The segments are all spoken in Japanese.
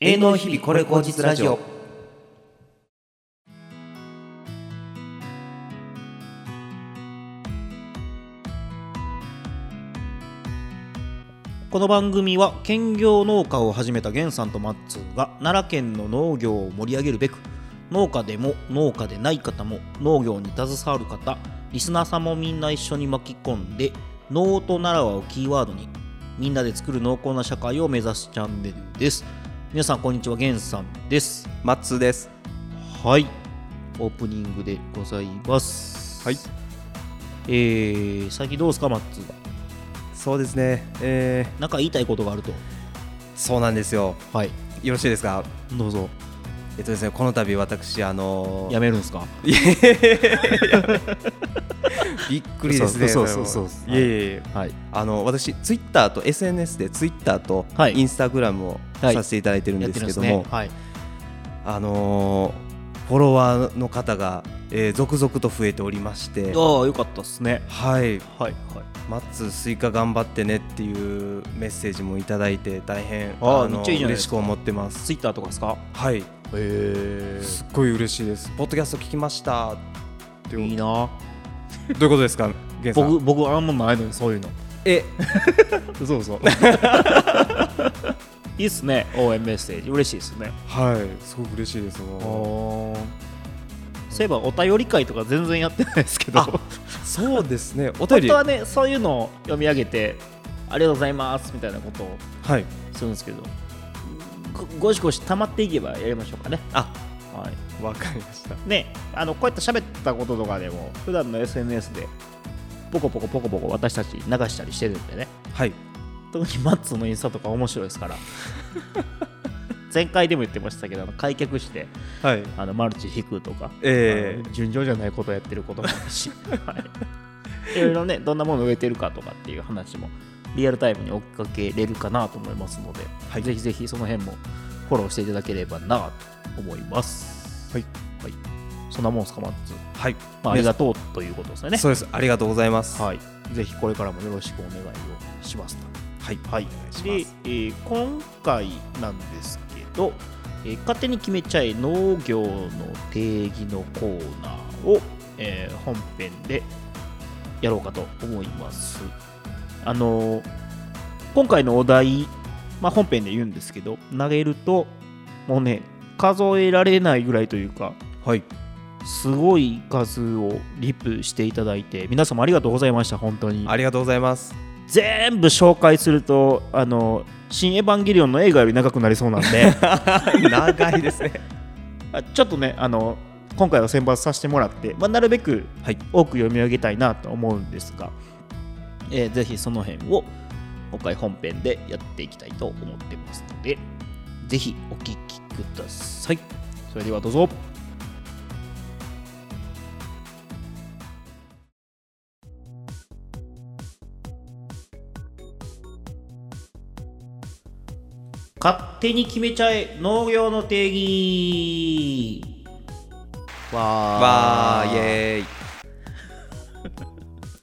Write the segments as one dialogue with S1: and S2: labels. S1: 芸能日々これ後日ラジオ
S2: この番組は兼業農家を始めた源さんとマッツーが奈良県の農業を盛り上げるべく農家でも農家でない方も農業に携わる方リスナーさんもみんな一緒に巻き込んで「農と奈良」をキーワードにみんなで作る濃厚な社会を目指すチャンネルです皆さんこんにちは源さんです
S1: マッツーです
S2: はいオープニングでございます
S1: はい
S2: えー、最近どうですかマッツーは
S1: そうですねえ
S2: なんか言いたいことがあると
S1: ー、そうなんですよ
S2: はい
S1: よろしいですか
S2: どうぞ
S1: えっとですねこの度私あのー
S2: やめるんですか
S1: びっくりですね
S2: そうそうそうそう
S1: それはいえいえいえ
S2: はい
S1: あの私ツイッターと SNS でツイッターと
S2: はい
S1: インスタグラムを
S2: はい
S1: させていただいてるんですけども、
S2: やってるんですねはい、
S1: あのーフォロワーの方が、えー、続々と増えておりまして
S2: ああよかったですね
S1: はい
S2: はいはい
S1: マッツースイカ頑張ってねっていうメッセージもいただいて大変
S2: あー
S1: の
S2: めっちゃいいじゃないで
S1: 嬉し
S2: す
S1: く
S2: か
S1: 思ってます
S2: ツイッターとかですか
S1: はい
S2: へ
S1: すっごい嬉しいですポッドキャスト聞きましたって
S2: いいな
S1: どういうことですかゲンさん
S2: 僕僕あんまないのにそういうの
S1: え
S2: そう そういいっすね応援メッセージ嬉しいですね
S1: はいすごく嬉しいですも
S2: そういえばお便り会とか全然やってないですけど
S1: あうそうですねお便
S2: 本
S1: り
S2: 当はねそういうのを読み上げてありがとうございますみたいなことを
S1: はい
S2: するんですけどごごしごし溜まっていけばやりましょうかね
S1: あ
S2: はい
S1: わかりました
S2: ね、あのこうやって喋ったこととかでも普段の SNS でポコポコポコポコ私たち流したりしてるんでね
S1: はい
S2: 特にマッツーのインスタとか面白いです から前回でも言ってましたけどあの開脚して
S1: はい
S2: あのマルチ引くとか、
S1: え
S2: あの順調じゃないことやってることもある し、はい、いろいろねどんなもの植えてるかとかっていう話もリアルタイムに追っかけれるかなと思いますので、
S1: はい
S2: ぜひぜひその辺もフォローしていただければなと思います
S1: はい、
S2: はい、そんなもんですかマッツー
S1: ーはい
S2: まあ、ありがとうということですよね。
S1: そうですありがとうございます
S2: はい、ぜひこれからもよろしくお願いをしますと。
S1: はい
S2: はい
S1: お願いし
S2: で
S1: ます、
S2: えー今回なんですけど、えー勝手に決めちゃえ農業の定義のコーナーを、えー本編でやろうかと思います。あのー今回のお題、まあ、本編で言うんですけど投げるともうね数えられないぐらいというか
S1: はい
S2: すごい数をリプしていただいて皆様ありがとうございました本当に
S1: ありがとうございます
S2: 全部紹介するとあの「新エヴァンゲリオン」の映画より長くなりそうなんで
S1: 長いですね
S2: あちょっとねあの今回は選抜させてもらって、まあ、なるべく
S1: はい
S2: 多く読み上げたいなと思うんですが、えーぜひその辺を今回本編でやっていきたいと思ってますのでぜひお聞きくださいそれではどうぞ勝手に決めちゃえ農業の定義わ
S1: わーイ エーイ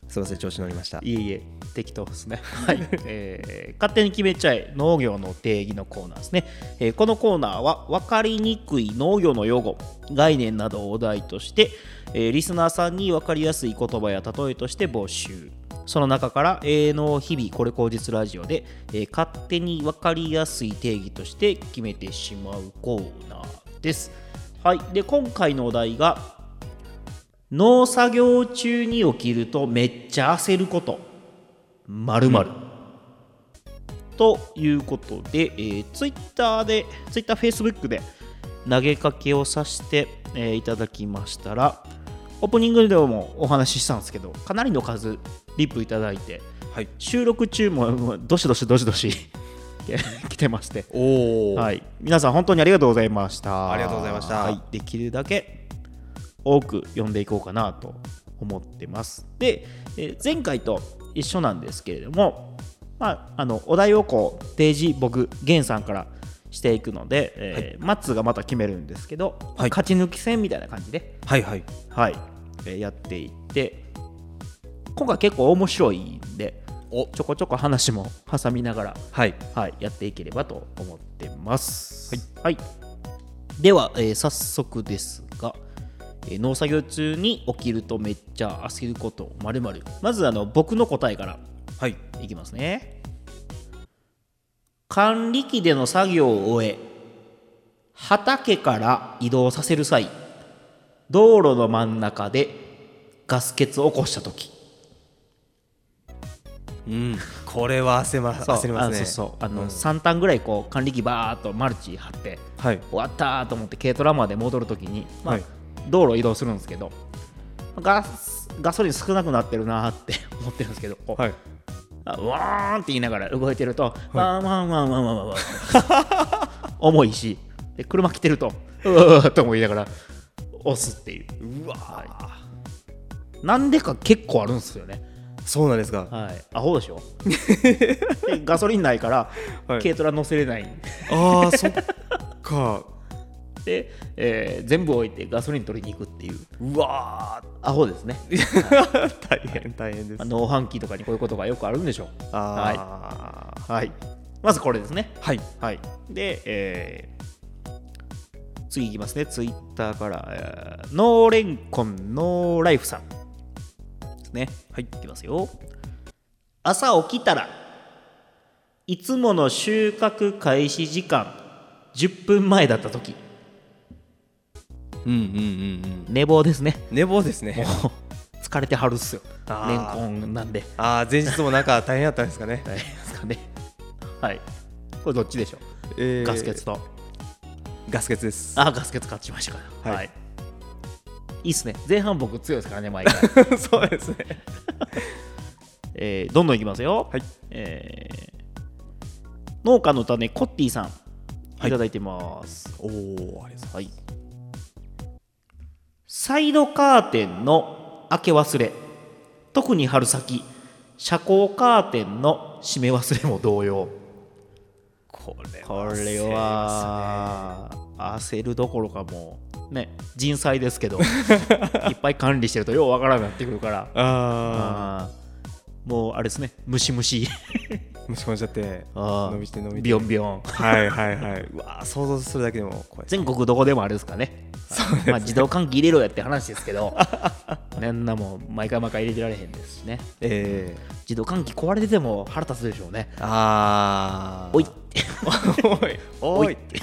S1: すいません調子乗りました
S2: いえいえ、適当ですね。はい、 えー勝手に決めちゃえ農業の定義のコーナーですね。えーこのコーナーは分かりにくい農業の用語、概念などをお題として、えーリスナーさんに分かりやすい言葉や例えとして募集。その中から営農日々これ口実ラジオで、えー勝手に分かりやすい定義として決めてしまうコーナーです。はい、で今回のお題が農作業中に起きるとめっちゃ焦ることまるまるということで、えー、ツイッターでツイッターフェイスブックで投げかけをさせて、えーいただきましたらオープニングでもお話ししたんですけどかなりの数リップいただいて
S1: はい
S2: 収録中もどしどしどしど し来てまして
S1: おお
S2: はい、皆さん本当にありがとうございました。
S1: ありがとうございました
S2: はい、できるだけ多く読んでいこうかなと思ってます。で、えー前回と一緒なんですけれども、まあ、あのお題をこう提示僕源さんからしていくので、えーマッツーがまた決めるんですけど、
S1: はい
S2: 勝ち抜き戦みたいな感じで、
S1: はいはい
S2: はいえーやっていって今回結構面白いんで
S1: お
S2: ちょこちょこ話も挟みながら、
S1: はい
S2: はい、やっていければと思ってます。はい、では、えー早速ですが、えー農作業中に起きるとめっちゃ焦ることまるまる。まずあの僕の答えから
S1: はい
S2: いきますね。管理機での作業を終え畑から移動させる際道路の真ん中でガス欠を起こした時
S1: うんこれは焦ま
S2: そう
S1: 焦りますね
S2: あのそうそうあの、
S1: うん
S2: 3ターンぐらいこう管理機バーっとマルチ張って
S1: はい
S2: 終わったーと思って軽トラまで戻るときに、まあ
S1: はい
S2: 道路移動するんですけどガスガソリン少なくなってるなーって思ってるんですけどこう、
S1: はい
S2: あうわーんって言いながら動いてると、わーわーわーわーわーわーわー重いしで車来てるとうわーっと思いながら押すっていう
S1: うわ
S2: なんでか結構あるんですよね
S1: そうなんですか
S2: はいアホでしょでガソリンないから、
S1: はい
S2: 軽トラ乗せれない
S1: あーそっか
S2: で、えー全部置いてガソリン取りに行くっていう
S1: うわー
S2: アホですね
S1: 大変大変で
S2: あの農飯器とかにこういうことがよくあるんでしょうはい、
S1: あ
S2: はい、まずこれですね
S1: はい
S2: はいで、えー次いきますねツイッターから、えー、ノーレンコンノーライフさんですねはいいきますよ朝起きたらいつもの収穫開始時間10分前だった時
S1: うんうんうんうん
S2: 寝坊ですね
S1: 寝坊ですね
S2: もう疲れてはるっすよレン
S1: あー
S2: コンなんで
S1: ああ前日もなんか大変だったんですかね
S2: 大変ですかね はいこれどっちでしょう、
S1: えー
S2: ガス欠と
S1: ガス欠です
S2: あガス欠勝ちましたからは、
S1: はいい
S2: い、いっすね前半僕強いですからね毎 回、
S1: そうですね
S2: えーどんどんいきますよ、
S1: はい
S2: えー農家の種コッティさんいただいてます、
S1: おおありがとうございます
S2: はい、サイドカーテンの開け忘れ特に春先車高カーテンの閉め忘れも同様
S1: これ
S2: これは焦るどころかもうね人災です けどいっぱい管理してるとようわからなくなってくるからあ
S1: あ
S2: ーもうあれですねムシムシ
S1: あもし込んじゃって
S2: あー
S1: 伸びて伸びて
S2: ビヨンビヨン
S1: はいはいはいうわー想像するだけでも怖いです
S2: 全国どこでもあれですかねはいまあ、自動換気入れろやって話ですけ どねんなもん毎回毎回入れてられへんですしね
S1: え
S2: 自動換気壊れてても腹立つでしょうね
S1: ー、あー
S2: おいって
S1: おいおい
S2: て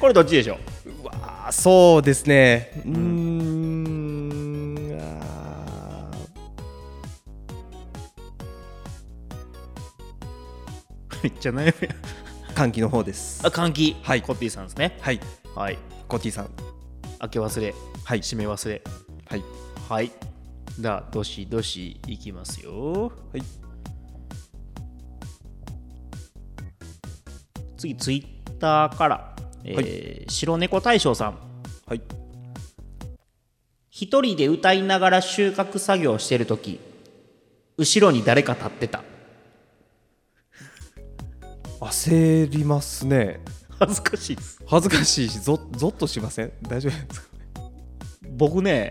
S2: これどっちでしょう
S1: うわーそうですねうーんあ
S2: めっちゃ悩むやん
S1: ー歓喜の方です
S2: あ換気、
S1: はい
S2: コッティさんですね
S1: はい
S2: はい
S1: コッティさん
S2: 開け忘れ
S1: はい
S2: 閉め忘れ
S1: はい
S2: はいじゃあどしどしいきますよ
S1: はい
S2: 次ツイッターから、えー白猫大将さん
S1: はい
S2: 一人で歌いながら収穫作業してるとき後ろに誰か立ってた
S1: 焦りますね
S2: 恥ずかしいです
S1: 恥ずかしいしぞぞっとしません大丈夫ですか
S2: 僕ね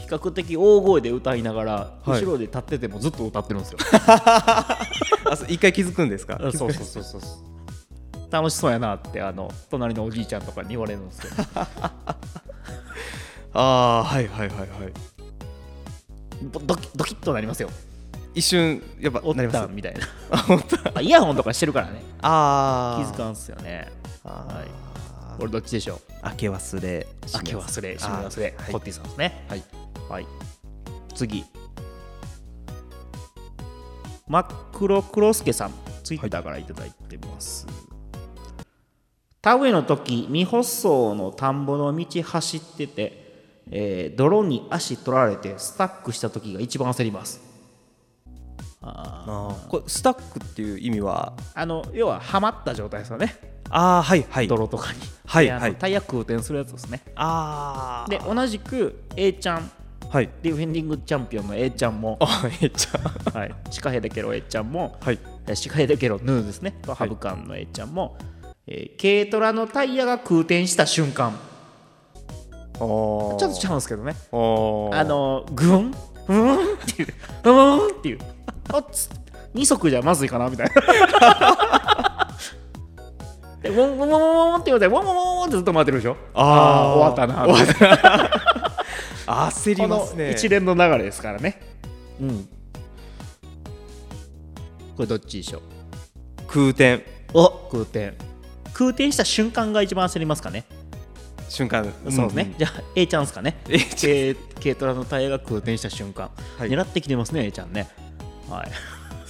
S2: 比較的大声で歌いながら、
S1: はい
S2: 後ろで立っててもずっと歌ってるんですよ
S1: あそう一回気づくんですか
S2: そうそうそうそう楽しそうやなってあの隣のおじいちゃんとかに言われるんですけ ど
S1: ああはいはいはいはい
S2: ドドキドキッとなりますよ
S1: 一瞬やっぱ
S2: おっ
S1: なり
S2: た
S1: ます
S2: んみたいな イヤホンとかしてるからね気
S1: ああ
S2: づかんっすよねはい
S1: は
S2: 俺どっちでしょう
S1: い開け忘れ
S2: 開け忘れ閉め忘れ
S1: あーはい
S2: コッティさんですね
S1: はい
S2: はい次真っ黒黒助さんツイッターからいただいてます、田植えの時未舗装の田んぼの道走ってて、えー泥に足取られてスタックした時が一番焦りますあー
S1: あーこれスタックっていう意味は
S2: あの要ははまった状態ですよね
S1: ああはいはい
S2: 泥とかに、
S1: はい
S2: であの
S1: はい
S2: タイヤ空転するやつですね
S1: ああ
S2: で同じく A ちゃん
S1: はい
S2: ディフェンディングチャンピオンの A ちゃんも、
S1: あえっちゃん
S2: はい、シカヘデケロ A ちゃんも、
S1: はい
S2: えシカヘデケロヌーですねとハブカンの A ちゃんも、えー軽トラのタイヤが空転した瞬間
S1: ちょ
S2: ちょっとちゃうんですけどね
S1: あー
S2: あのグンうんっていううんっていうおっつ二足じゃまずいかなみたいな。で、ウォンウォンウォンウォンって言うて、ウォンウォンウォンってずっと待ってるでしょ。
S1: あー
S2: あー終わったなみたいな。
S1: 焦ります
S2: この
S1: ね
S2: 一連の流れですからね。うん。これどっちでしょう。
S1: 空転
S2: お空転。空転した瞬間が一番焦りますかね。
S1: 瞬間
S2: そうですね。じゃあ A ちゃんですかね。
S1: えちょ
S2: 軽軽トラのタイヤが空転した瞬間、
S1: はい
S2: 狙ってきてますね A ちゃんねはい、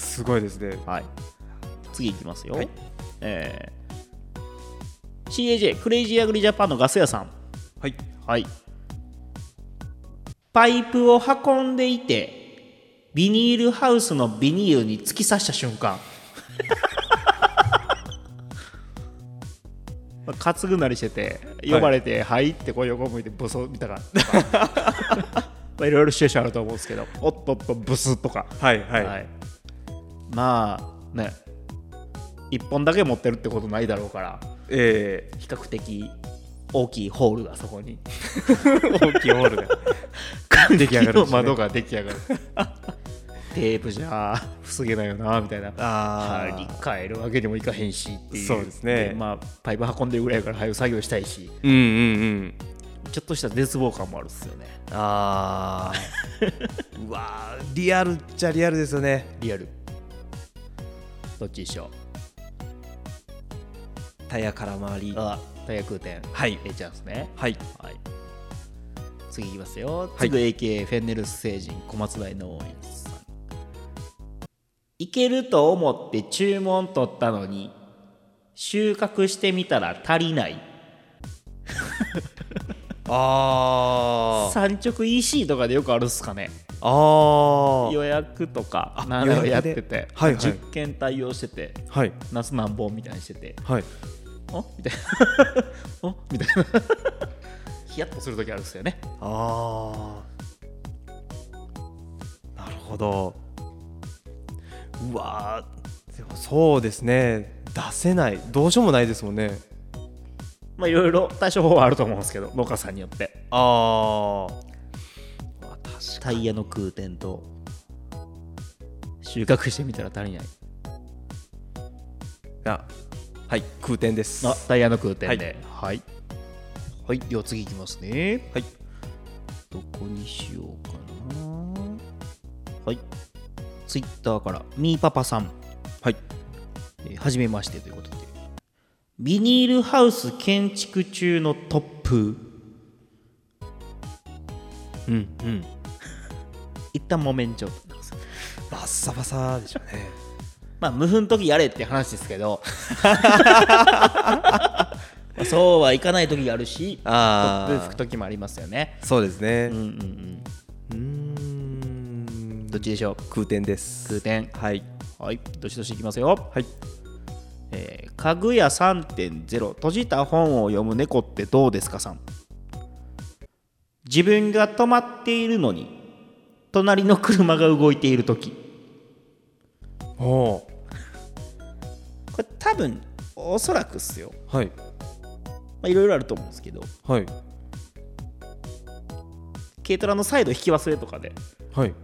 S1: すごいですね
S2: はい、次いきますよ、
S1: はい
S2: えー CAJ クレイジーアグリジャパンのガス屋さん
S1: はい
S2: はいパイプを運んでいてビニールハウスのビニールに突き刺した瞬間まあ担ぐなりしてて呼ばれて「はい」ってこう横向いてブソみたいな まあいろいろシチュエーションあると思うんですけど「おっとっとブス」とか
S1: はいはい、
S2: はい、まあね1本だけ持ってるってことないだろうから
S1: え
S2: 比較的大きいホールがそこに
S1: ー、大きいホールが出来上がるしね
S2: 木の窓が出来上がる テープじゃ防げないよなみたいな
S1: あー
S2: 張り替えるわけにもいかへんしっていう
S1: そうですね
S2: まあ、パイプ運んでるぐらいから早く作業したいし
S1: うんうんうん
S2: ちょっとした絶望感もあるっすよね
S1: あーうわーリアルっちゃリアルですよね
S2: リアルどっちでしょ
S1: タイヤから回り
S2: うあ大空転
S1: はい
S2: えちゃんですね
S1: はい
S2: はい、次いきますよ。
S1: はい
S2: 次 AK フェンネルス星人小松台農園さん。いけると思って注文取ったのに収穫してみたら足りない
S1: あー
S2: 産直 EC とかでよくあるっすかね
S1: あー
S2: 予約とか
S1: あ
S2: なんだろう
S1: 予
S2: やっ
S1: 約で
S2: てて、
S1: はいはい
S2: 10件対応してて
S1: はい
S2: 夏なんぼみたいにしてて
S1: はい
S2: おみたいな おみたいな ヒヤッとする時あるっすよね
S1: あーなるほどうわーでもそうですね出せないどうしようもないですもんね
S2: まあいろいろ対処法はあると思うんですけど農家さんによって
S1: あーまあ確
S2: タイヤの空転と収穫してみたら足りない
S1: かにはい空転です
S2: あタイヤの空転で
S1: で
S2: はいはい、では次いきますね
S1: はい
S2: どこにしようかなはいツイッターからみーパパさん
S1: はい
S2: えーはじめましてということでビニールハウス建築中の突風
S1: うんうん
S2: 一旦木綿状
S1: バッサバサでしょう ね
S2: まあ無風の時やれって話ですけ どまあそうはいかない時があるし
S1: あ
S2: 突風吹く時もありますよね
S1: そうですね
S2: うんうんうん
S1: うーん
S2: どっちでしょう
S1: 空転です
S2: 空転
S1: はい
S2: はいどしどしいきますよ、
S1: はい
S2: えー家具屋3.0閉じた本を読む猫ってどうですかさん自分が止まっているのに隣の車が動いている時
S1: おお
S2: これ多分おそらくっすよ
S1: ーはい
S2: まあいろいろあると思うんですけど
S1: はい
S2: 軽トラのサイド引き忘れとかで
S1: はい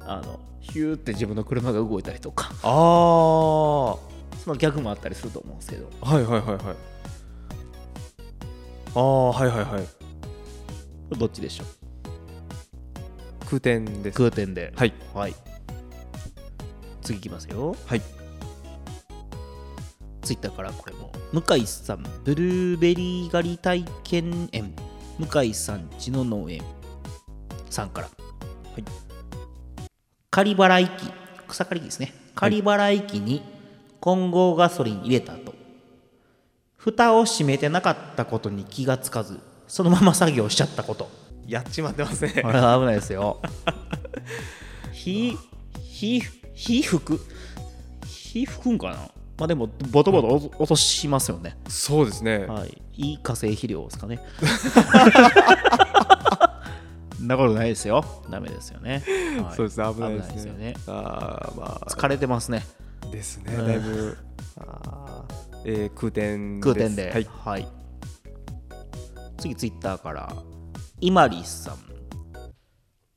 S2: あのヒューって自分の車が動いたりとか
S1: ああは
S2: その逆もあったりすると思うんですけど
S1: いはいはいはいああはいはいはい
S2: これどっちでしょう
S1: 空転です
S2: 空転で
S1: はい
S2: はい。次いきますよ。
S1: はい
S2: ツイッターからこれも。向井さん、ブルーベリー狩り体験園。向井さん、ちの農園さんから。はい。仮払い機、草刈り機ですね。仮払い機に混合ガソリン入れた後、蓋を閉めてなかったことに気がつかず、そのまま作業しちゃったこと。
S1: やっちまってますね
S2: これは危ないです よ。ひ、ひ、ひふくひふくんかなまあでも、ボトボト落と落としますよね。
S1: そうですね
S2: はい。いい化成肥料ですかね。 そんなことないですよ。ダメですよね。はい
S1: そうですね危ないですね
S2: よね。
S1: ああま
S2: 疲れてますね。
S1: あですねだいぶあーえー空転です
S2: 空転で。
S1: は
S2: は
S1: い
S2: い次、ツイッターから。イマリスさん。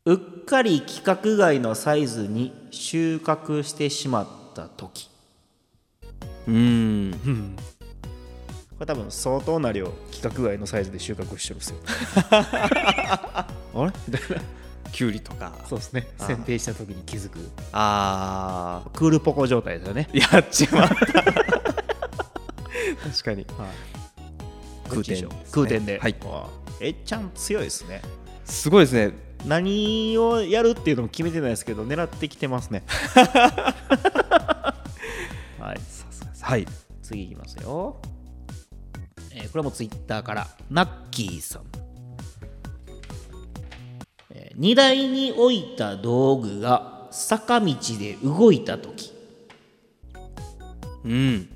S2: うっかり規格外のサイズに収穫してしまった時
S1: うん
S2: これ多分相当な量規格外のサイズで収穫してるんです よあれみたいな
S1: きゅうりとか
S2: そうですね
S1: あー
S2: 剪定した時に気づく
S1: あ
S2: クールポコ状態ですよね
S1: ーやっちまった 確かに空転ですね
S2: 空転で、
S1: はい
S2: わあえっちゃん強いですね
S1: すごいですね
S2: 何をやるっていうのも決めてないですけど狙ってきてます ねはい
S1: はい
S2: 次いきますよ、えーこれもツイッターからナッキーさん、えー荷台に置いた道具が坂道で動いた時
S1: うん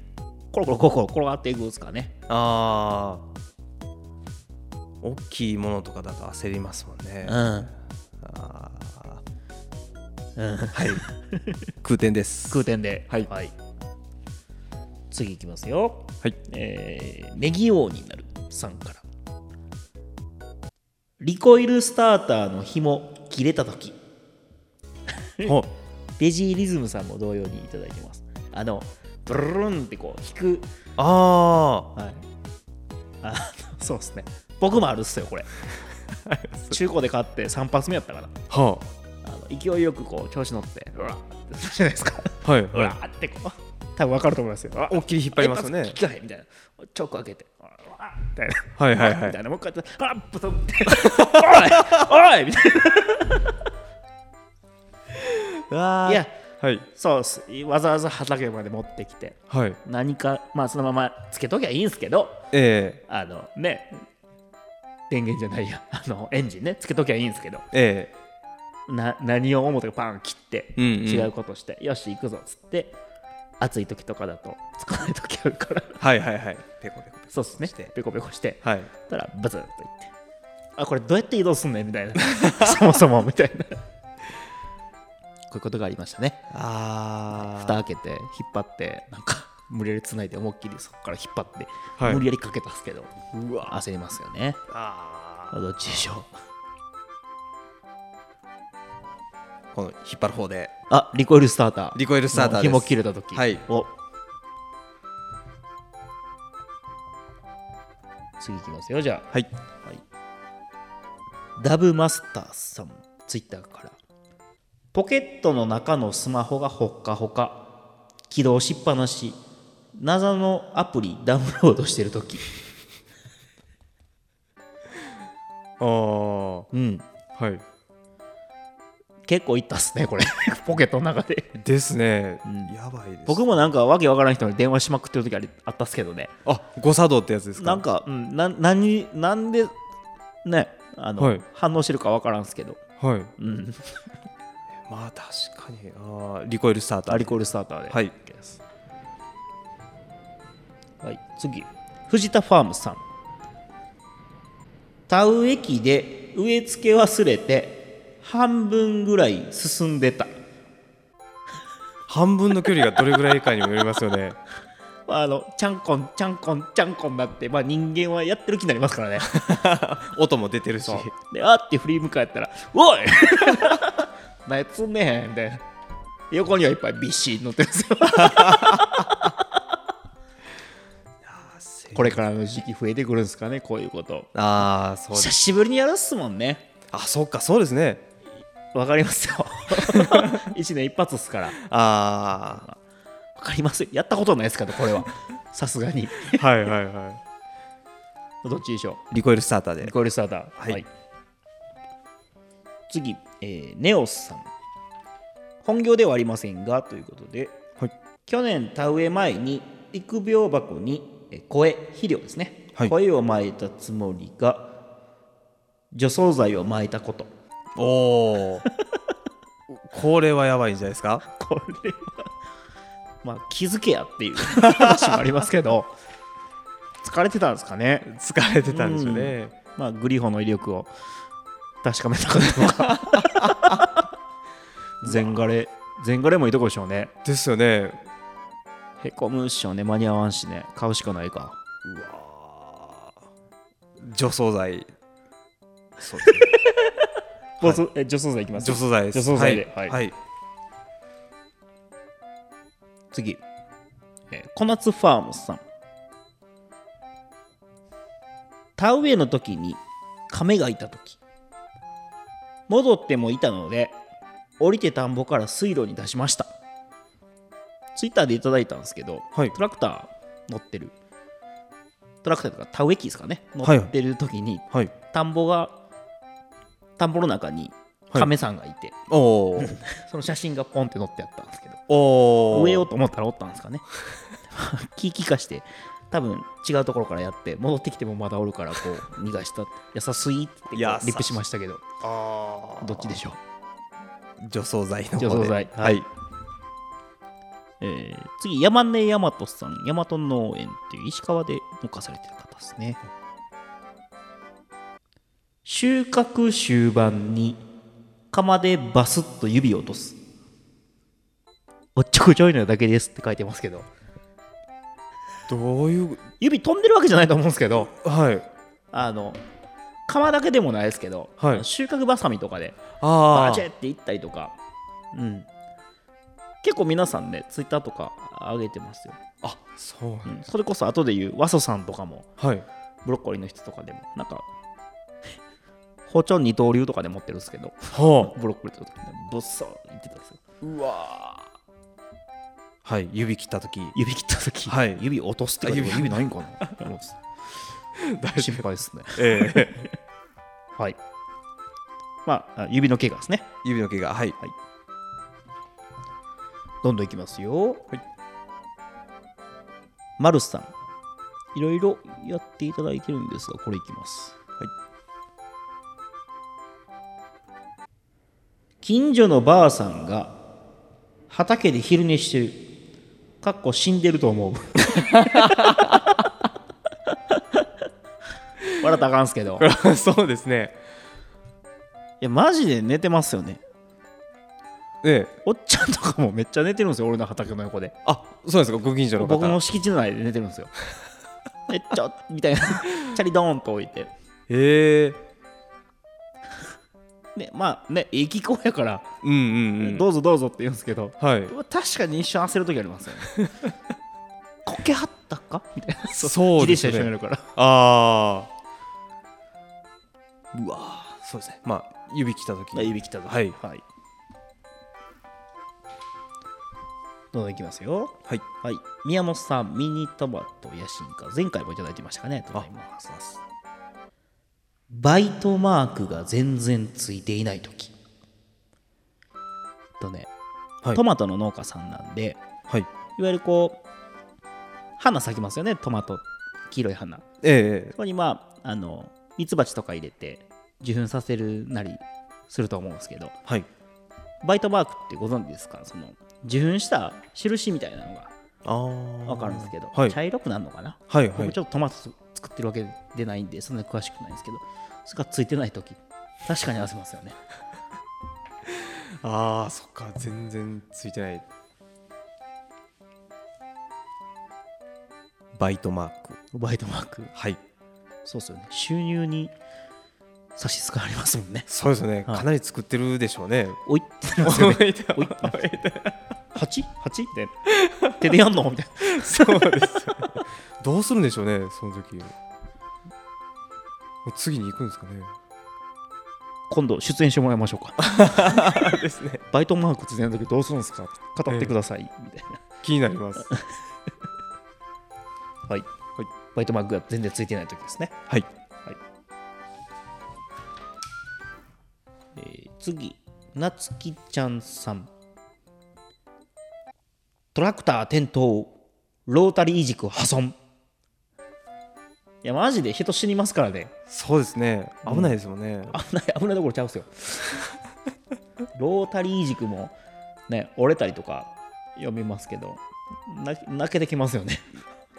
S2: コロコロコロコロ転がっていくんですかね
S1: あー大きいものとかだと焦りますもんね
S2: うん、うん、
S1: あーはい空転です
S2: 空転ではい、次いきますよ
S1: はい
S2: えーネギ王になるさんからリコイルスターターの紐切れた時
S1: ほ
S2: ベジーリズムさんも同様にいただいてますあのブルルンってこう引く
S1: あ
S2: はいあのそうですね僕もあるっすよこれ中古で買って3発目やったから
S1: あは
S2: あの勢いよくこう調子乗ってうらってするじゃないですか
S1: あはいう
S2: らってこう多分分かると思いますようわ
S1: 思いっきり引っ張りますよね
S2: 一発効かへんみたいなチョーク開けてうわみたいな
S1: はいはいは
S2: みた
S1: い
S2: いな、もう一回やって、あら、ぶとって、おい、おいみたいな。
S1: わ
S2: いや、
S1: はい
S2: そうっす。わざわざ畑まで持ってきて、
S1: はい
S2: 何か、まあ、そのままつけときゃいいんすけど、
S1: え
S2: あの、ね、電源じゃないや、あの、エンジンね、つけときゃいいんすけど、
S1: ええ
S2: な何を思ってパン切って、
S1: うんうん
S2: 違うことして、よし、行くぞっつって、暑い時とかだと、つかない時あるから、
S1: えはいはいはいペコペコ
S2: そうっすね
S1: して、
S2: ペコペコして、
S1: はい
S2: たら、ブツッといって。あこれどうやって移動すんねんみたいな そもそもみたいなこういうことがありましたね
S1: あ
S2: 蓋開けて引っ張ってなんか無理やりつないで思いっきりそこから引っ張って、
S1: はい
S2: 無理やりかけたんですけど
S1: あうわ
S2: 焦りますよね
S1: あ
S2: どっちでしょう
S1: ーこの引っ張る方で
S2: あリコイルスターター
S1: リコイルスターターです
S2: 紐切れた時
S1: はい
S2: お次いきますよじゃあ
S1: はい
S2: ダブマスターさんツイッターからポケットの中のスマホがほっかほか起動しっぱなし謎のアプリダウンロードしてる時
S1: ああは
S2: うん
S1: い
S2: 結構いったっすねこれ ポケットの中で
S1: ですね、やばいです
S2: 僕もなんかわけわからん人に電話しまくってる時ありあったっすけどね
S1: あ誤作動ってやつですか
S2: なんか、うん、な何なんでねあの、
S1: はい
S2: 反応してるかわからんっすけど
S1: はい
S2: うん
S1: まあ確かにあーリコイルスターター
S2: アリコールスターターで
S1: は
S2: はいです、はい、次藤田ファームさん田植え機で植え付け忘れて半分ぐらい進んでた
S1: 半分の距離がどれぐらいかにもよりますよね
S2: まああのちゃんこんちゃんこんちゃんこんなって、まあ、人間はやってる気になりますから ね
S1: 音も出てるし
S2: であって振り向かれたら「おい 何やつんねん」みたいな横にはいっぱいビッシー乗ってるん ですよ これからの時期増えてくるんですかねこういうこと
S1: ああそうで
S2: 久
S1: す
S2: しぶりにやるっすもんね
S1: あそっかそうですね
S2: わかりますよ 一年一発っすからわ
S1: あ
S2: かりますよやったことないですけどこれはさすがに
S1: あはいはいは
S2: どっちでしょ
S1: いリコイルスターター
S2: うリ
S1: で
S2: コイルスターター
S1: はい
S2: 次、えーネオスさん本業ではありませんがということで
S1: はい
S2: 去年田植え前に育苗箱にえー肥肥料ですね、
S1: はい
S2: 肥をまいたつもりが除草剤をまいたこと
S1: おお これはやばいんじゃないですか
S2: これはまあ気づけやっていう話もありますけど疲れてたんですかね
S1: 疲れてたんでしょうね
S2: まあグリホの威力を確かめたかったのか 全枯れ全枯れもいいとこでしょうね
S1: ですよね
S2: へこむっしょうね間に合わんしね買うしかないか
S1: うわー除草剤そうですね
S2: 防草え除草剤いきます
S1: 除草剤です
S2: 除草剤で
S1: はい、
S2: は
S1: はい
S2: 次、えー、小夏ファームさん田植えの時に亀がいた時戻ってもいたので降りて田んぼから水路に出しましたツイッターでいただいたんですけど、
S1: はい
S2: トラクター乗ってるトラクターとか田植え機ですかね乗ってる時に、
S1: はい
S2: 田んぼが田んぼの中に亀さんがいて、
S1: お おー
S2: その写真がポンって載ってあったんですけど
S1: おー
S2: 植えようと思ったらおったんですかね 木気化して多分違うところからやって戻ってきてもまだおるからこう逃がした優しいってこう
S1: 優しい
S2: リップしましたけど
S1: あー
S2: どっちでしょう、
S1: 除草剤の方で
S2: 除草剤
S1: はい、
S2: えー次山根大和さん大和農園っていう石川で農家されてる方ですね収穫終盤に釜でバスッと指を落とすおっちょこちょいのだけですって書いてますけど
S1: どういう
S2: 指飛んでるわけじゃないと思うんですけど
S1: はい
S2: あの釜だけでもないですけど、
S1: はい
S2: 収穫ばさみとかで
S1: あ
S2: バチ
S1: ー
S2: ェっていったりとか、うん、結構皆さんねツイッターとか上げてますよ、
S1: あそうなんだ
S2: うんそれこそ後で言う和ソさんとかも
S1: はい
S2: ブロッコリーの人とかでもなんか包丁二刀流とかで持ってるんですけ ど
S1: は
S2: ブロッコリーとかでボッサー言ってたんですよ
S1: あうわはい指切った時
S2: 指切った時、
S1: はい
S2: 指落とすって書いてある
S1: あ
S2: 指
S1: 指
S2: ないんか な落とす心配ですね
S1: ええ
S2: はいまああ指の怪我ですね
S1: 指の毛が はい
S2: どんどんいきますよ。はい。マルスさん、いろいろやっていただいてるんですが、これいきます。はい。近所のばあさんが畑で昼寝してる。かっこ死んでると 思う。笑ったらあかんすけど。い
S1: そうですね
S2: や、マジで寝てますよね。
S1: ええ
S2: おっちゃんとかもめっちゃ寝てるんですよ、俺の畑の横で。
S1: あそうなんですかご近所の方
S2: 僕の敷地内で寝てるんです よ。えちょみたいな チャリドーンと置いて
S1: へえ
S2: でまあね駅行こうやから、
S1: うんうんうん
S2: どうぞどうぞって言うんですけど
S1: はい
S2: 確かに一瞬焦る時ありますよね こけはったかみたいな
S1: そう
S2: 自
S1: で
S2: 転車
S1: すね
S2: 一緒になるから
S1: ああうわーそうですねまあ指切った時
S2: まあ指切った時
S1: はい
S2: はい、どんどんいきますよ
S1: はい
S2: はい宮本さんミニトマト野心家前回もいただいてましたかねありがとうございますバイトマークが全然ついていない時とね、
S1: はい
S2: トマトの農家さんなんで
S1: はい
S2: いわゆるこう花咲きますよねトマト黄色い花
S1: ええ
S2: そこにまああのミツバチとか入れて受粉させるなりすると思うんですけど
S1: はい
S2: バイトマークってご存知ですかその受粉した印みたいなのが
S1: ああ
S2: 分かるんですけど、
S1: はい
S2: 茶色くなるのかな
S1: はいは
S2: 僕
S1: い
S2: ちょっとトマト作ってるわけでないんでそんなに詳しくないんですけどそれがついてない時確かに焦りますよね
S1: ああそっか全然ついてないバイトマーク
S2: バイトマーク
S1: はい
S2: そうっすよね収入に差し支えありますもんね
S1: そうですね、
S2: はい
S1: かなり作ってるでしょうね
S2: おいってなりますよ ねお
S1: お
S2: い
S1: い
S2: ってなります八八って手でやんのみたいな
S1: そうですよねどうするんでしょうねその時もう次に行くんですかね
S2: 今度出演してもらいましょうか
S1: ですね
S2: バイトマークついてない時どうするんですか語ってください、みたいな
S1: 気になります
S2: はい、バイトマークが全然ついてない時ですね
S1: はい
S2: えー次なつきちゃんさんトラクター転倒ロータリー軸破損いやマジで人死にますからね
S1: そうですね危ないですもんね、
S2: 危ない危ないところちゃうっすよ ロータリー軸もね折れたりとか読みますけどな泣けてきますよね、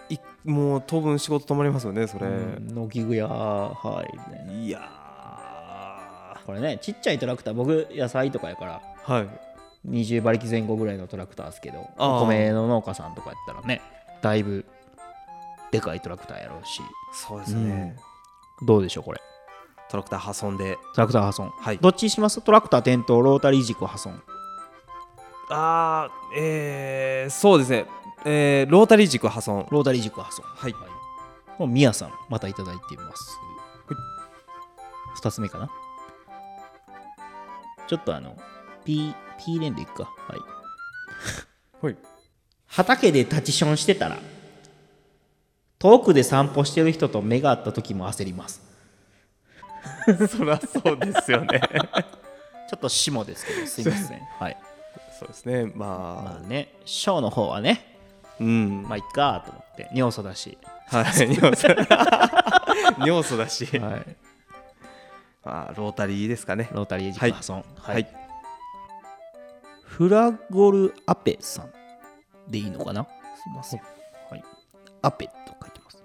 S1: いもう当分仕事止まりますよねそれ、
S2: 軒具屋はいみたいない
S1: やーは
S2: これねちっちゃいトラクター僕野菜とかやから
S1: い
S2: 20馬力前後ぐらいのトラクターですけど
S1: あー
S2: お米の農家さんとかやったらねだいぶでかいトラクターやろうし
S1: そうですね、
S2: どうでしょうこれ
S1: トラクター破損で
S2: トラクター破損、
S1: はい
S2: どっちにしますトラクター転倒ロータリー軸破損
S1: あーえー、そうですね、えー、ロータリー軸破損
S2: ロータリー軸破損
S1: はい
S2: もうミヤさんまたいただいています2つ目かなちょっとあの P, P 連でいくかはい
S1: はい
S2: 畑で立ちションしてたら遠くで散歩してる人と目が合った時も焦ります
S1: そりゃそうですよね
S2: ちょっと下ですけどすいませんはい
S1: そうですねまあ、
S2: まあねショーの方はね
S1: うん
S2: まあいっかと思って尿素だし
S1: はい尿素尿素だし、
S2: はい
S1: まあ、ロータリーですかね
S2: ロータリーエジプト破損
S1: は、
S2: はいいフラゴルアペさんでいいのかなすいません。はい。アペと書いてます。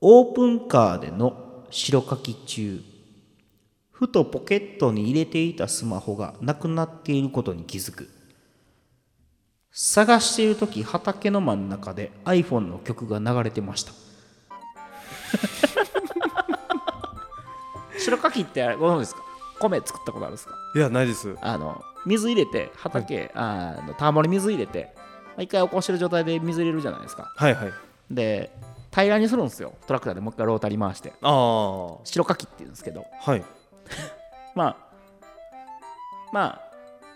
S2: オープンカーでの白書き中、ふとポケットに入れていたスマホがなくなっていることに気づく。探しているとき畑の真ん中で iPhone の曲が流れてました。 白書きってあれご存知ですか米作ったことあるんですか
S1: いやないです
S2: あの水入れて畑、ああのたまに水入れてまあ一回起こしてる状態で水入れるじゃないですか
S1: はいはい
S2: で平らにするんですよトラクターでもう一回ロータリー回して
S1: ああは
S2: 白かきって言うんですけど
S1: い
S2: まあまあ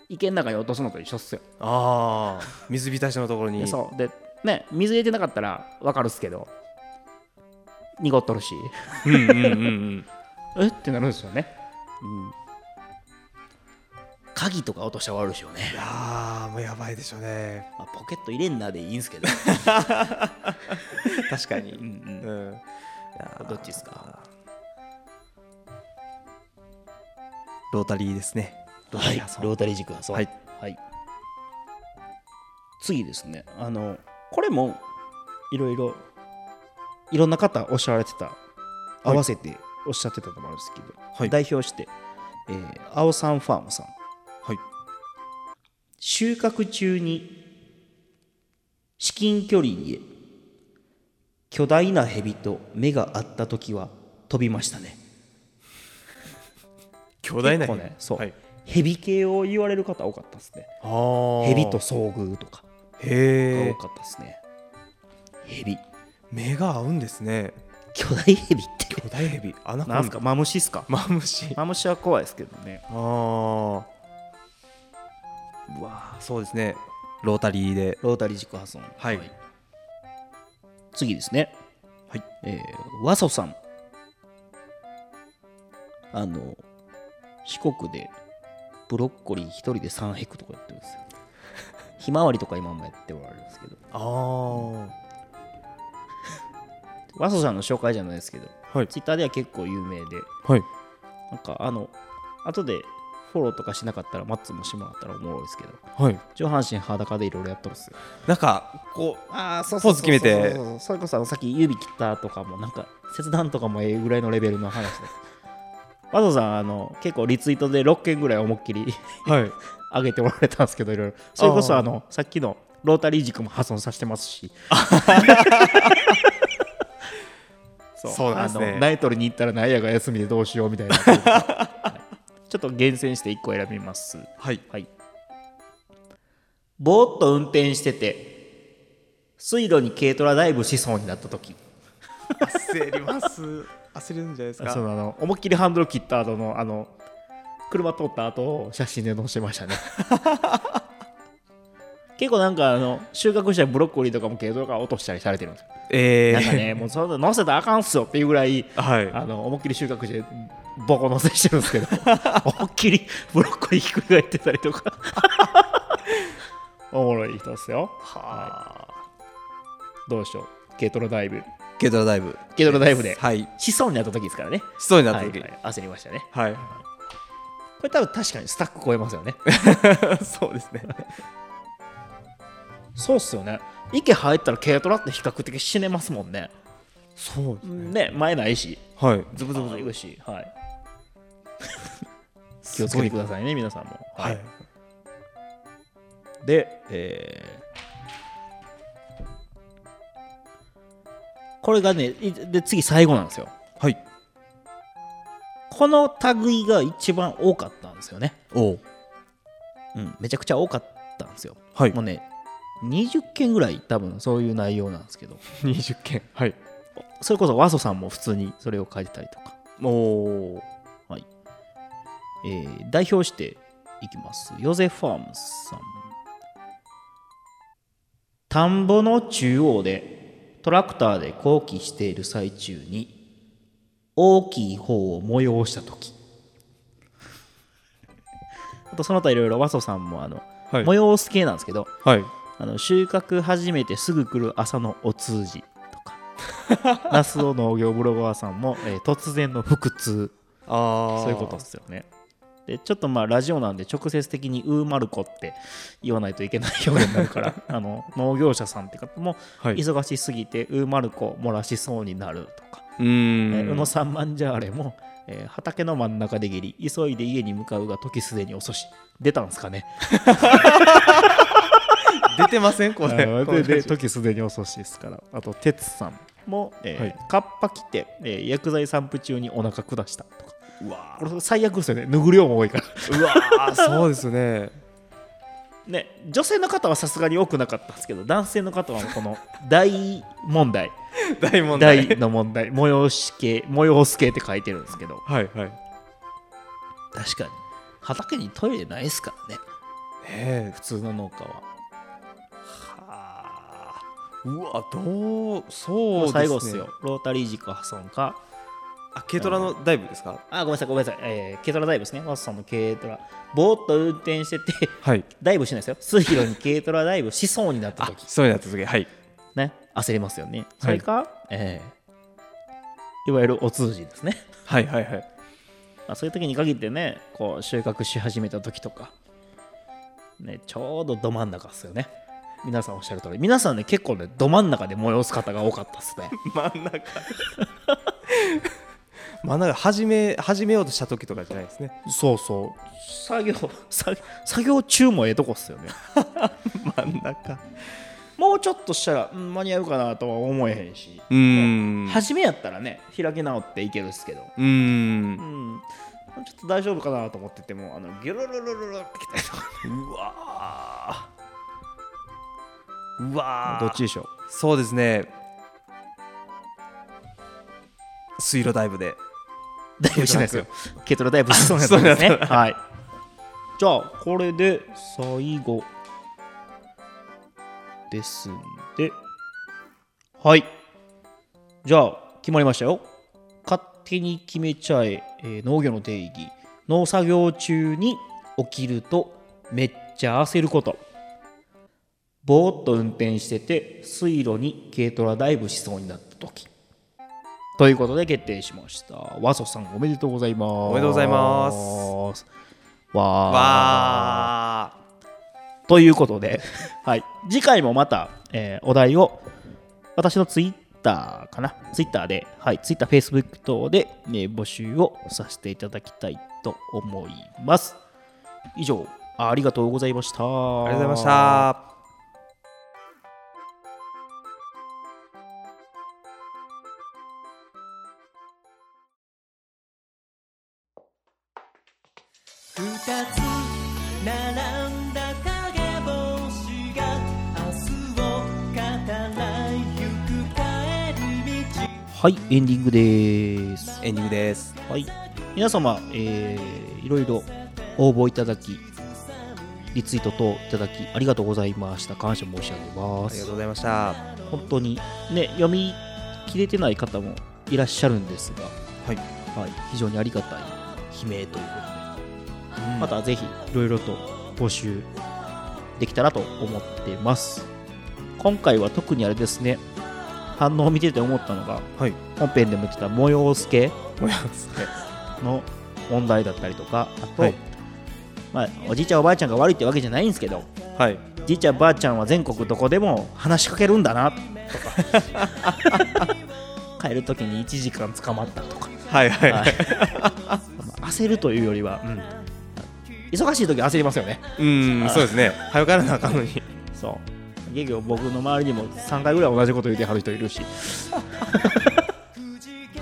S2: 池の中に落とすのと一緒っすよ、
S1: ああ水浸しのところに
S2: でそうでね水入れてなかったら分かるっすけど濁っとるし
S1: うんうんうんうん
S2: えってなるんですよね、うん、鍵とか落としたら悪いでしょうね
S1: い、やーもうやばいでしょうね
S2: まあ、ポケット入れんなでいいんすけど
S1: 確かに
S2: うんうん
S1: うんいやー
S2: どっちですか
S1: ロータリーですねロータ
S2: は
S1: リ
S2: い
S1: ー破、損
S2: ロータリー軸破損
S1: はい、
S2: はい、次ですねあのこれもいろいろいろんな方おっしゃられてた合わせておっしゃってたと思うんですけど、
S1: はい
S2: 代表して、えー、青さんファームさん
S1: はい
S2: 収穫中に至近距離へ巨大な蛇と目が合った時は飛びましたね
S1: 巨大な
S2: 結構ねそう、
S1: はい、
S2: 蛇系を言われる方多かったですね
S1: あー
S2: 蛇と遭遇とか
S1: へ
S2: 多
S1: え
S2: かったですね。ヘビ。
S1: 目が合うんですね
S2: 巨大ヘビって。
S1: 巨大ヘビアナコンダ
S2: なんすか、マムシっすか。
S1: マムシあ
S2: マムシは怖いですけどね。
S1: あーうわーそうですねロータリーで
S2: ロータリー軸破損。
S1: はい
S2: 次ですね。
S1: はい
S2: えー、ワソさん。あの、四国でブロッコリー一人で3ヘクとかやってるんですよ。 ひまわりとか今もやっておられるんですけど。
S1: ああ
S2: ワソさんの紹介じゃないですけど、
S1: はい
S2: ツイッターでは結構有名で、
S1: はい
S2: なんかあの、後でフォローとかしなかったらマッツもしてもらったらおもろいですけど、
S1: はい
S2: 上半身裸でいろいろやっとるっすよ。
S1: なんかこう
S2: ああ、そう
S1: そうそうそうポーズ決めて
S2: それこそあのさっき指切ったとかも、なんか切断とかもええぐらいのレベルの話です。 わざわざあの結構リツイートで6件ぐらい思いっきり
S1: はい
S2: 上げておられたんですけど、いろいろ。それこそ
S1: あー
S2: あのさっきのロータリー軸も破損させてます し。そ
S1: そうなんですね
S2: あのナイトルに行ったらナイアが休みでどうしようみたいな、 はいちょっと厳選して1個選びます
S1: はい
S2: はい。ぼーっと運転してて、水路に軽トラダイブしそうになった時
S1: 焦ります焦るんじゃないですか
S2: そのあの思いっきりハンドル切った後のあの車通った後を写真で載せましたね。結構なんかあの収穫したブロッコリーとかも軽トラから落としたりされてるんですよ。
S1: え
S2: なんか
S1: ー、
S2: ね、もうその載せたらあかんっすよっていうぐらい、
S1: はい
S2: あの思いっきり収穫してボコ乗せしてるんですけど 思いっきりブロッコリーひっくり返ってたりとか おもろい人ですよ
S1: は
S2: どうでしょう軽トラダイブ
S1: あ軽トラダイブ
S2: 軽トラダイブで、
S1: はい
S2: しそうになった時ですからね
S1: しそうになった
S2: は
S1: 時
S2: いはい焦りましたね
S1: はい、
S2: これ多分確かにスタック超えますよね
S1: そうですね
S2: そうっすよね池入ったら軽トラって比較的死ねますもんね
S1: そう
S2: ね前ないし
S1: はい
S2: ズブズブズブし、はい、気をつけてくださいね皆さんも
S1: はい
S2: で、えーこれがねいで次最後なんですよ
S1: はい
S2: この類が一番多かったんですよね、
S1: おう
S2: うん、めちゃくちゃ多かったんですよ、
S1: はい
S2: もうね20件ぐらい多分そういう内容なんですけど
S1: 20件はい
S2: それこそ和ソさんも普通にそれを書いてたりとか、
S1: おお
S2: えー代表していきますヨゼファームさん田んぼの中央でトラクターで工期している最中に大きい方を催した時 あとその他いろいろ和ソさんもあの、
S1: はい
S2: 催す系なんですけど
S1: はい
S2: あの収穫始めてすぐ来る朝のお通じと かナスの農業ブロガーさんも、えー突然の腹痛
S1: ああ
S2: そういうことですよねでちょっとまあラジオなんで直接的に「うーまるこ」って言わないといけない表現になるから あの農業者さんって方も
S1: はい
S2: 忙しすぎて「うーまるこ」漏らしそうになるとか「
S1: う
S2: えー
S1: ー
S2: うんのさんまんじゃあれも」えー畑の真ん中で下痢急いで家に向かうが時すでに遅し出たんすかね
S1: 出てませんこれ
S2: あー
S1: この
S2: でで
S1: 感じ
S2: 時すでに遅しですからあと哲さんも、えー
S1: はい
S2: カッパ来て、えー薬剤散布中にお腹下したとか
S1: うわ
S2: これ最悪ですよね脱ぐ量も多いから
S1: ーうわーそうですね
S2: ね女性の方はさすがに多くなかったんですけど男性の方はこの大問題
S1: 大問題
S2: 大の問題催し系催す系って書いてるんですけど
S1: はいはいね
S2: 確かに畑にトイレないですからね
S1: え
S2: 普通の農家は、
S1: はあうわどうそうですね
S2: 最後っすよロータリー軸破損か
S1: あ軽トラのダイブですか
S2: あごめんなさいごめんなさい、えー軽トラダイブですねワッソンの軽トラぼーっと運転してて
S1: はい
S2: ダイブしないですよ水路に軽トラダイブしそうになった
S1: あ
S2: 時
S1: そうやった時はい
S2: ね焦りますよねそれか、えーいわゆるお通じですね、
S1: はいはいはい
S2: まあ、そういう時に限ってねこう収穫し始めた時とか、ね、ちょうどど真ん中ですよね皆さんおっしゃる通り皆さんね結構ねど真ん中で催す方が多かったですね
S1: 真ん中 真ん中始め始めようとした時とかじゃないですね
S2: そうそう作業作作業中もええとこっすよね
S1: 真ん中
S2: もうちょっとしたら、うん間に合うかなとは思えへんし、
S1: うーん
S2: 初めやったらね開き直っていけるっすけど
S1: うーん
S2: うん、ちょっと大丈夫かなと思っててもあのギュルルルルルってきたりとか
S1: うわーうわー
S2: どっちでしょう
S1: そうですね水路ダイブで
S2: ダイブしないですよ軽トラダイブしそうなやつですね
S1: そうなん
S2: はいじゃあこれで最後ですんではいじゃあ決まりましたよ勝手に決めちゃええー農業の定義農作業中に起きるとめっちゃ焦ることぼーっと運転してて水路に軽トラダイブしそうになった時ということで決定しました和ソさんおめでとうございますお
S1: めでとうございます
S2: わー
S1: わー
S2: ということ で、はい、次回もまた、えーお題を私のツイッターかなツイッターで、はい、ツイッター、フェイスブック等で、えー募集をさせていただきたいと思います。以上、ありがとうございました。
S1: ありがとうございました
S3: 二つ並んだ影星が明日を語らいゆく帰り道
S2: はい、エンディングです。
S1: エンディングです
S2: はい、皆様、えーいろいろ応募いただき、リツイート等いただき、ありがとうございました。感謝申し上げま
S1: ありが
S2: す
S1: とう。ございました
S2: 本当にね読み切れてない方もいらっしゃるんですが、
S1: はい
S2: はい、非常にありがたい悲鳴ということで、またぜひいろいろと募集できたらと思ってます今回は特にあれですね反応を見てて思ったのが
S1: はい
S2: 本編でも言ってた催す系
S1: もやす
S2: の問題だったりとかあと、
S1: はい
S2: まあ、おじいちゃんおばあちゃんが悪いってわけじゃないんですけど
S1: はい
S2: じいちゃんばあちゃんは全国どこでも話しかけるんだなと か帰る時に1時間捕まったとか、
S1: はいはい
S2: はいまあ焦るというよりは、うん忙しい時は焦りますよね
S1: うーんそうですね 早からなあかんのに
S2: そう結局僕の周りにも3回ぐらい同じこと言ってはる人いるし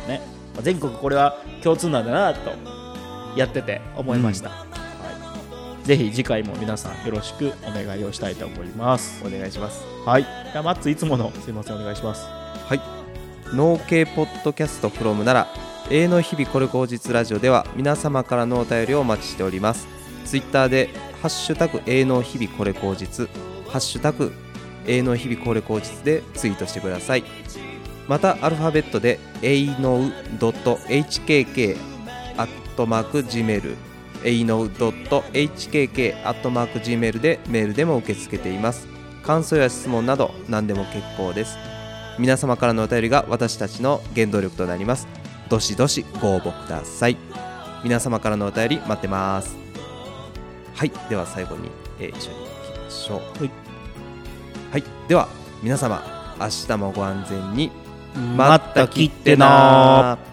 S2: ね、まあ全国これは共通なんだなとやってて思いました、はい、ぜひ次回も皆さんよろしくお願いをしたいと思います
S1: お願いします
S2: はいじゃあマッツいつものすいませんお願いします
S1: はい農系ポッドキャストフロムなら永遠の日々これ後日ラジオでは皆様からのお便りをお待ちしておりますツイッターでハッシュタグ永遠の日々これ後日ハッシュタグ永遠の日々これ後日でツイートしてくださいまたアルファベットで a i n o u h k k アットマーク Gmail a i n o u h k k アットマーク Gmail でメールでも受け付けています感想や質問など何でも結構です皆様からのお便りが私たちの原動力となりますどしどしご応募ください皆様からのお便り待ってますはいでは最後に、えー一緒にいきましょう
S2: はい、
S1: はいでは皆様明日もご安全に
S2: また切ってな
S1: ー